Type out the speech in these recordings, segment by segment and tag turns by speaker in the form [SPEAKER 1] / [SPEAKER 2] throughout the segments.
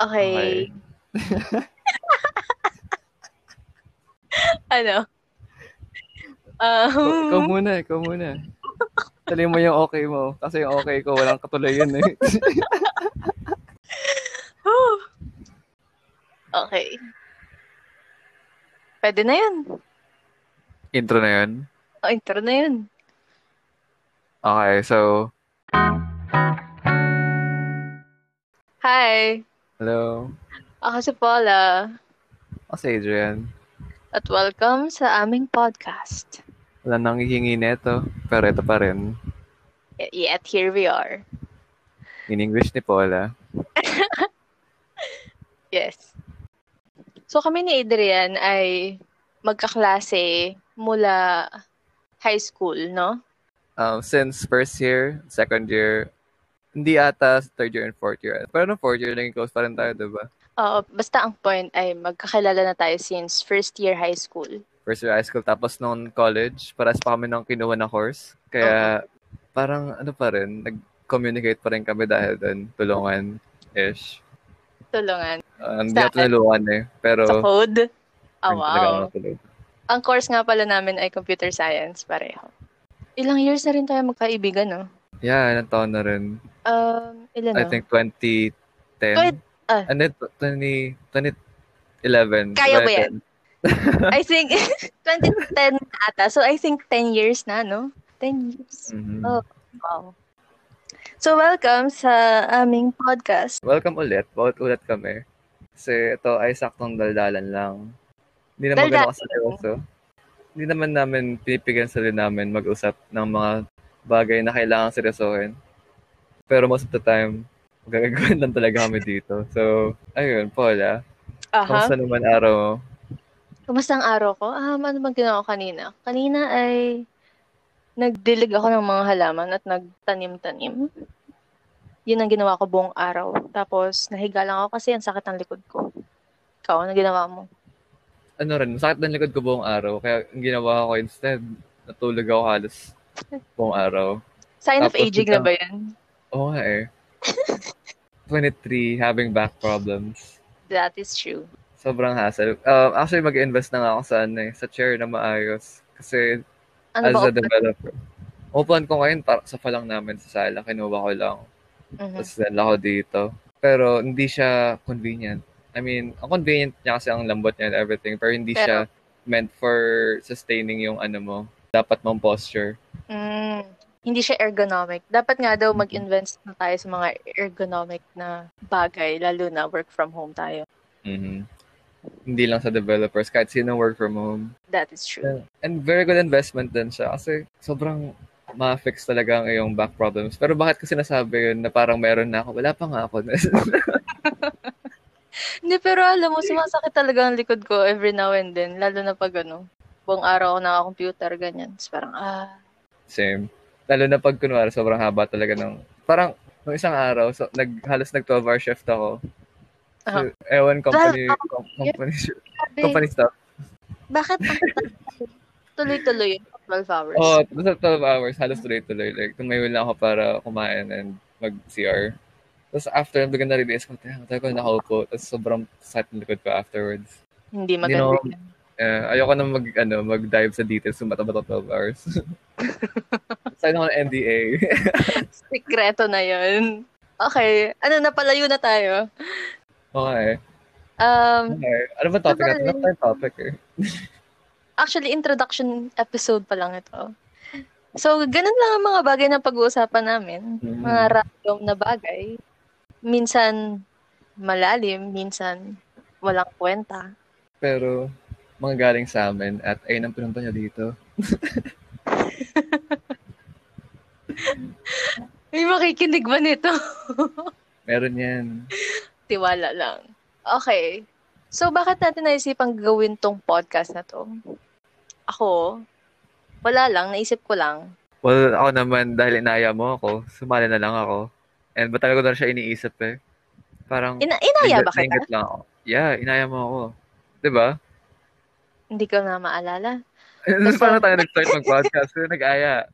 [SPEAKER 1] Okay.
[SPEAKER 2] Okay.
[SPEAKER 1] Ano?
[SPEAKER 2] Ikaw, ikaw
[SPEAKER 1] Um,
[SPEAKER 2] muna, ikaw muna. Tuloy mo yung okay mo. Kasi yung okay ko, walang katuloy yun eh.
[SPEAKER 1] okay. Pwede na yun.
[SPEAKER 2] Intro na yun.
[SPEAKER 1] O, intro na yun.
[SPEAKER 2] Okay, so,
[SPEAKER 1] Hi,
[SPEAKER 2] hello.
[SPEAKER 1] ako si Paula
[SPEAKER 2] Ako si Adrian.
[SPEAKER 1] at welcome sa aming podcast.
[SPEAKER 2] Wala nang hihingi neto, pero ito pa rin.
[SPEAKER 1] Y- Yet here we are.
[SPEAKER 2] In English ni Paula.
[SPEAKER 1] Yes. So kami ni Adrian ay magkaklase mula high school, no?
[SPEAKER 2] Um, since first year, second year, hindi ata third year and fourth year. Pero nung fourth year, naging close pa rin tayo, diba?
[SPEAKER 1] Oo, basta ang point ay magkakilala na tayo since first year high school.
[SPEAKER 2] first year high school. Tapos nung college, parehas pa kami nung kinuha na course. Kaya parang ano pa rin, nag-communicate pa rin kami dahil dun, tulungan-ish.
[SPEAKER 1] Tulungan.
[SPEAKER 2] Uh, hindi
[SPEAKER 1] Sa-
[SPEAKER 2] ako tulungan eh, pero...
[SPEAKER 1] Sa code. Ah,
[SPEAKER 2] yun talaga
[SPEAKER 1] wow.
[SPEAKER 2] ako tulog.
[SPEAKER 1] Ang course nga pala namin ay computer science, pareho. Ilang years na rin tayo magkaibigan, no?
[SPEAKER 2] Yeah, ilang taon na rin.
[SPEAKER 1] Um, ilan
[SPEAKER 2] I
[SPEAKER 1] no?
[SPEAKER 2] think 2010.
[SPEAKER 1] Twen- ah.
[SPEAKER 2] Ano, 20, 2011.
[SPEAKER 1] Kaya ba yan? I think 2010 na ata. So I think 10 years na, no? 10 years.
[SPEAKER 2] Mhm.
[SPEAKER 1] Oh. Wow. So welcome sa aming podcast.
[SPEAKER 2] Welcome ulit. Bawat ulit kami. Kasi ito ay saktong daldalan lang. Hindi naman
[SPEAKER 1] Daldalan.
[SPEAKER 2] ganun kaseryoso. Hindi naman namin pinipigan sarili namin mag-usap ng mga bagay na kailangan seryosohin. Pero most of the time, gagawin lang talaga kami dito. So, ayun, Paula.
[SPEAKER 1] Aha.
[SPEAKER 2] Kamusta naman araw mo?
[SPEAKER 1] Kumusta ang araw ko? Ah, ano bang ginawa ko kanina? Kanina ay nagdilig ako ng mga halaman at nagtanim-tanim. Yun ang ginawa ko buong araw. Tapos nahiga lang ako kasi ang sakit ng likod ko. Ikaw, ano ginawa mo?
[SPEAKER 2] Ano rin, masakit ng likod ko buong araw. Kaya ang ginawa ko instead, natulog ako halos buong araw.
[SPEAKER 1] Sign of
[SPEAKER 2] Tapos
[SPEAKER 1] aging na
[SPEAKER 2] biglang-
[SPEAKER 1] ba yun?
[SPEAKER 2] Oo nga eh. 23, having back problems.
[SPEAKER 1] That is true.
[SPEAKER 2] Sobrang hassle. Um, actually, mag-invest na nga ako sa, ano, eh, sa chair na maayos. Kasi
[SPEAKER 1] Ano
[SPEAKER 2] as
[SPEAKER 1] ba?
[SPEAKER 2] a developer, open ko ngayon para sa palang namin sa sala. Kinuha ko lang.
[SPEAKER 1] Mhm.
[SPEAKER 2] Tapos dala ko dito. Pero hindi siya convenient. I mean, ang convenient niya kasi ang lambot niya and everything. Pero hindi
[SPEAKER 1] Pero-
[SPEAKER 2] siya meant for sustaining yung ano mo. Dapat mong posture.
[SPEAKER 1] Mm, hindi siya ergonomic. Dapat nga daw mag-invest na tayo sa mga ergonomic na bagay, lalo na work from home tayo.
[SPEAKER 2] Mhm. Hindi lang sa developers. Kahit sino work from home.
[SPEAKER 1] That is true.
[SPEAKER 2] Yeah. And very good investment din siya kasi sobrang ma-fix talaga ang iyong back problems. Pero bakit kasi nasabi yun na parang meron na ako? Wala pa nga ako.
[SPEAKER 1] Hindi, pero alam mo, sumasakit talaga ang likod ko every now and then, lalo na pag ano, buong araw ako naka-computer, ganyan. Tapos parang, ah,
[SPEAKER 2] Same. Lalo na pag kunwari, sobrang haba talaga ng... Parang, nung isang araw, so, nag, halos nag 12-hour shift ako. So, Ewan, company, com- company,
[SPEAKER 1] sabi,
[SPEAKER 2] company stuff.
[SPEAKER 1] bakit ang tuloy-tuloy yun, 12 hours?
[SPEAKER 2] Oo, oh, sa 12 hours, halos tuloy-tuloy. Like, tumayo lang ako para kumain and mag-CR. Tapos after, bigyan na-release ko, teka, tagal ko nakaupo. Tapos sobrang sakit ng likod ko afterwards.
[SPEAKER 1] Hindi
[SPEAKER 2] Hindi
[SPEAKER 1] maganda.
[SPEAKER 2] na ako- Eh, ayoko na mag, ano, mag-dive sa details kung bata-bata 12 hours. Sign ako ng NDA.
[SPEAKER 1] Sikreto na yun. Okay, ano, napalayo na tayo.
[SPEAKER 2] okay.
[SPEAKER 1] Um,
[SPEAKER 2] okay. Ano ba topic natin? Ano tayong topic eh?
[SPEAKER 1] actually introduction episode pa lang ito. So, ganun lang ang mga bagay na pag-uusapan namin.
[SPEAKER 2] Mm.
[SPEAKER 1] Mga random na bagay. Minsan malalim, minsan walang kwenta.
[SPEAKER 2] Pero, mga galing sa amin at ayun ang pinunta niya dito.
[SPEAKER 1] May makikinig ba nito?
[SPEAKER 2] Meron yan.
[SPEAKER 1] Tiwala lang. Okay. So, bakit natin naisipang gawin tong podcast na to? Ako, wala lang, naisip ko lang.
[SPEAKER 2] Well, ako naman, dahil inaya mo ako, sumali na lang ako. And ba talaga ko na rin siya iniisip eh. Parang,
[SPEAKER 1] Ina- inaya
[SPEAKER 2] naingat-
[SPEAKER 1] ba kita?
[SPEAKER 2] naingat lang ako. Yeah, inaya mo ako. Diba?
[SPEAKER 1] Hindi ko na maalala.
[SPEAKER 2] Tapos paano tayo nag-start mag-podcast? Kasi nag-aya.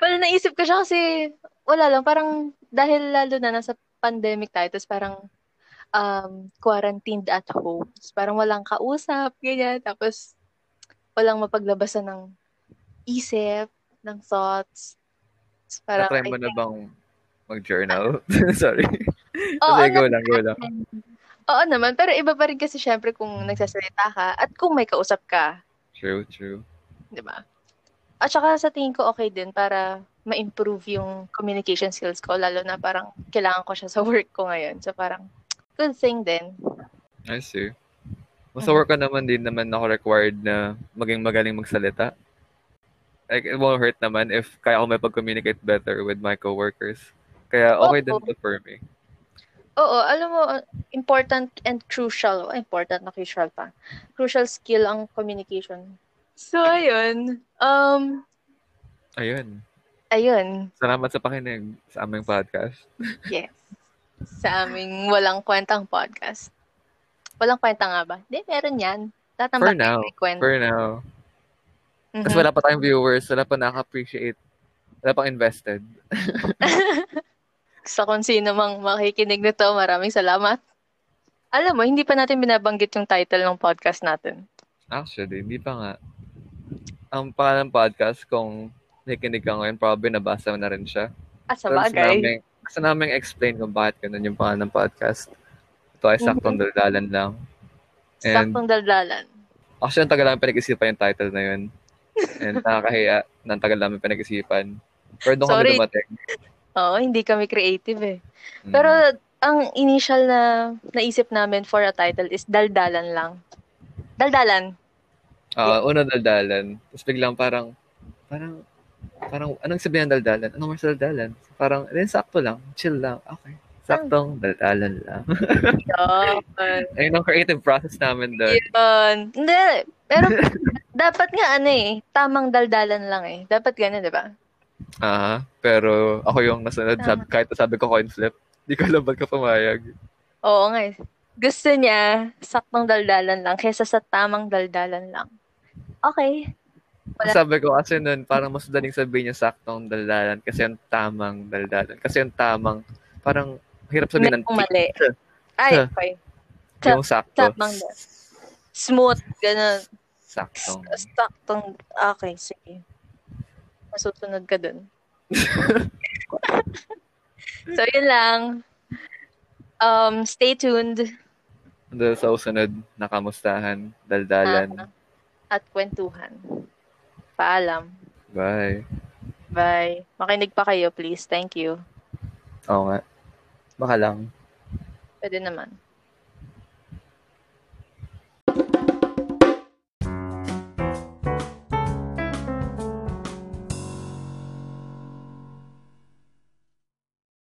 [SPEAKER 1] Pero naisip ko siya kasi wala lang, parang dahil lalo na nasa pandemic tayo, tapos parang um, quarantined at home. Tapos parang walang kausap, ganyan. Tapos walang mapaglabasan ng isip, ng thoughts. Tapos parang,
[SPEAKER 2] Na-try mo
[SPEAKER 1] I
[SPEAKER 2] na bang mag-journal? Sorry.
[SPEAKER 1] think-
[SPEAKER 2] Oh,
[SPEAKER 1] Oo,
[SPEAKER 2] Sige, go
[SPEAKER 1] na-
[SPEAKER 2] lang, go lang.
[SPEAKER 1] oo naman, pero iba pa rin kasi syempre kung nagsasalita ka at kung may kausap ka,
[SPEAKER 2] True, true.
[SPEAKER 1] di ba? At saka sa tingin ko okay din para ma-improve yung communication skills ko, lalo na parang kailangan ko siya sa work ko ngayon. So parang good thing din.
[SPEAKER 2] I see. Mas sa work ko naman din naman ako required na maging magaling magsalita. Like, it won't hurt naman if kaya ako may pag-communicate better with my coworkers. Kaya okay din
[SPEAKER 1] Oo.
[SPEAKER 2] to for me.
[SPEAKER 1] Oo, alam mo, important and crucial. oh, Important na crucial pa. Crucial skill ang communication. So, ayun. Um,
[SPEAKER 2] Ayun.
[SPEAKER 1] ayun.
[SPEAKER 2] Salamat sa pakinig sa aming podcast.
[SPEAKER 1] Yes. Sa aming walang kwentang podcast. Walang kwenta nga ba? Hindi, meron yan. Tatambak
[SPEAKER 2] For now.
[SPEAKER 1] may kwenta.
[SPEAKER 2] For now.
[SPEAKER 1] Mhm.
[SPEAKER 2] Kasi wala pa tayong viewers, wala pa nakaka-appreciate, wala pang invested.
[SPEAKER 1] sa kung sino mang makikinig nito, maraming salamat. Alam mo, hindi pa natin binabanggit yung title ng podcast natin.
[SPEAKER 2] Actually, hindi pa nga. Ang pangalan ng podcast, kung nakikinig ka ngayon, probably nabasa mo na rin siya.
[SPEAKER 1] Ah, sa
[SPEAKER 2] Pero Gusto
[SPEAKER 1] bagay.
[SPEAKER 2] namin, gusto namin explain kung bakit ganun yung pangalan ng podcast. Ito ay saktong
[SPEAKER 1] Mm-hmm.
[SPEAKER 2] daldalan lang. and-
[SPEAKER 1] Saktong daldalan.
[SPEAKER 2] Actually, ang tagal namin pinag-isipan yung title na yun. And nakakahiya na ang tagal namin pinag-isipan. Pero doon
[SPEAKER 1] Sorry.
[SPEAKER 2] kami dumating.
[SPEAKER 1] Oo, hindi kami creative eh.
[SPEAKER 2] Mm.
[SPEAKER 1] Pero ang initial na naisip namin for a title is Daldalan lang. Daldalan.
[SPEAKER 2] Oo, Ah, una daldalan. Tapos biglang parang, parang, parang, anong sabihin ng daldalan? Anong mas daldalan? Parang, then sakto lang. Chill lang. Okay. Saktong daldalan lang.
[SPEAKER 1] Yun.
[SPEAKER 2] Ayun ang creative process namin doon.
[SPEAKER 1] Yun. Hindi. Pero dapat nga ano eh, tamang daldalan lang eh. Dapat ganun, di ba?
[SPEAKER 2] Ah, pero ako yung nasunod.
[SPEAKER 1] Ah.
[SPEAKER 2] Sabi, kahit sabi ko coin flip, di ko alam ba't ka pumayag.
[SPEAKER 1] Oo nga eh. Gusto niya saktong daldalan lang kaysa sa tamang daldalan lang. Okay. Wala.
[SPEAKER 2] Sabi ko kasi nun, parang mas daling sabihin niya saktong daldalan kasi yung tamang daldalan. Kasi yung tamang, parang hirap sabihin ng
[SPEAKER 1] May umali. Ay, okay.
[SPEAKER 2] yung sakto.
[SPEAKER 1] Tamang dal- Smooth. Ganun.
[SPEAKER 2] Saktong.
[SPEAKER 1] Saktong. Okay, sige. Masusunod ka dun. so, yun lang. Um, stay tuned
[SPEAKER 2] Doon sa usunod, nakamustahan,
[SPEAKER 1] Ah.
[SPEAKER 2] daldalan.
[SPEAKER 1] at kwentuhan. Paalam.
[SPEAKER 2] Bye.
[SPEAKER 1] Bye. Makinig pa kayo, please. Thank you.
[SPEAKER 2] Oo nga. Baka lang.
[SPEAKER 1] Pwede naman.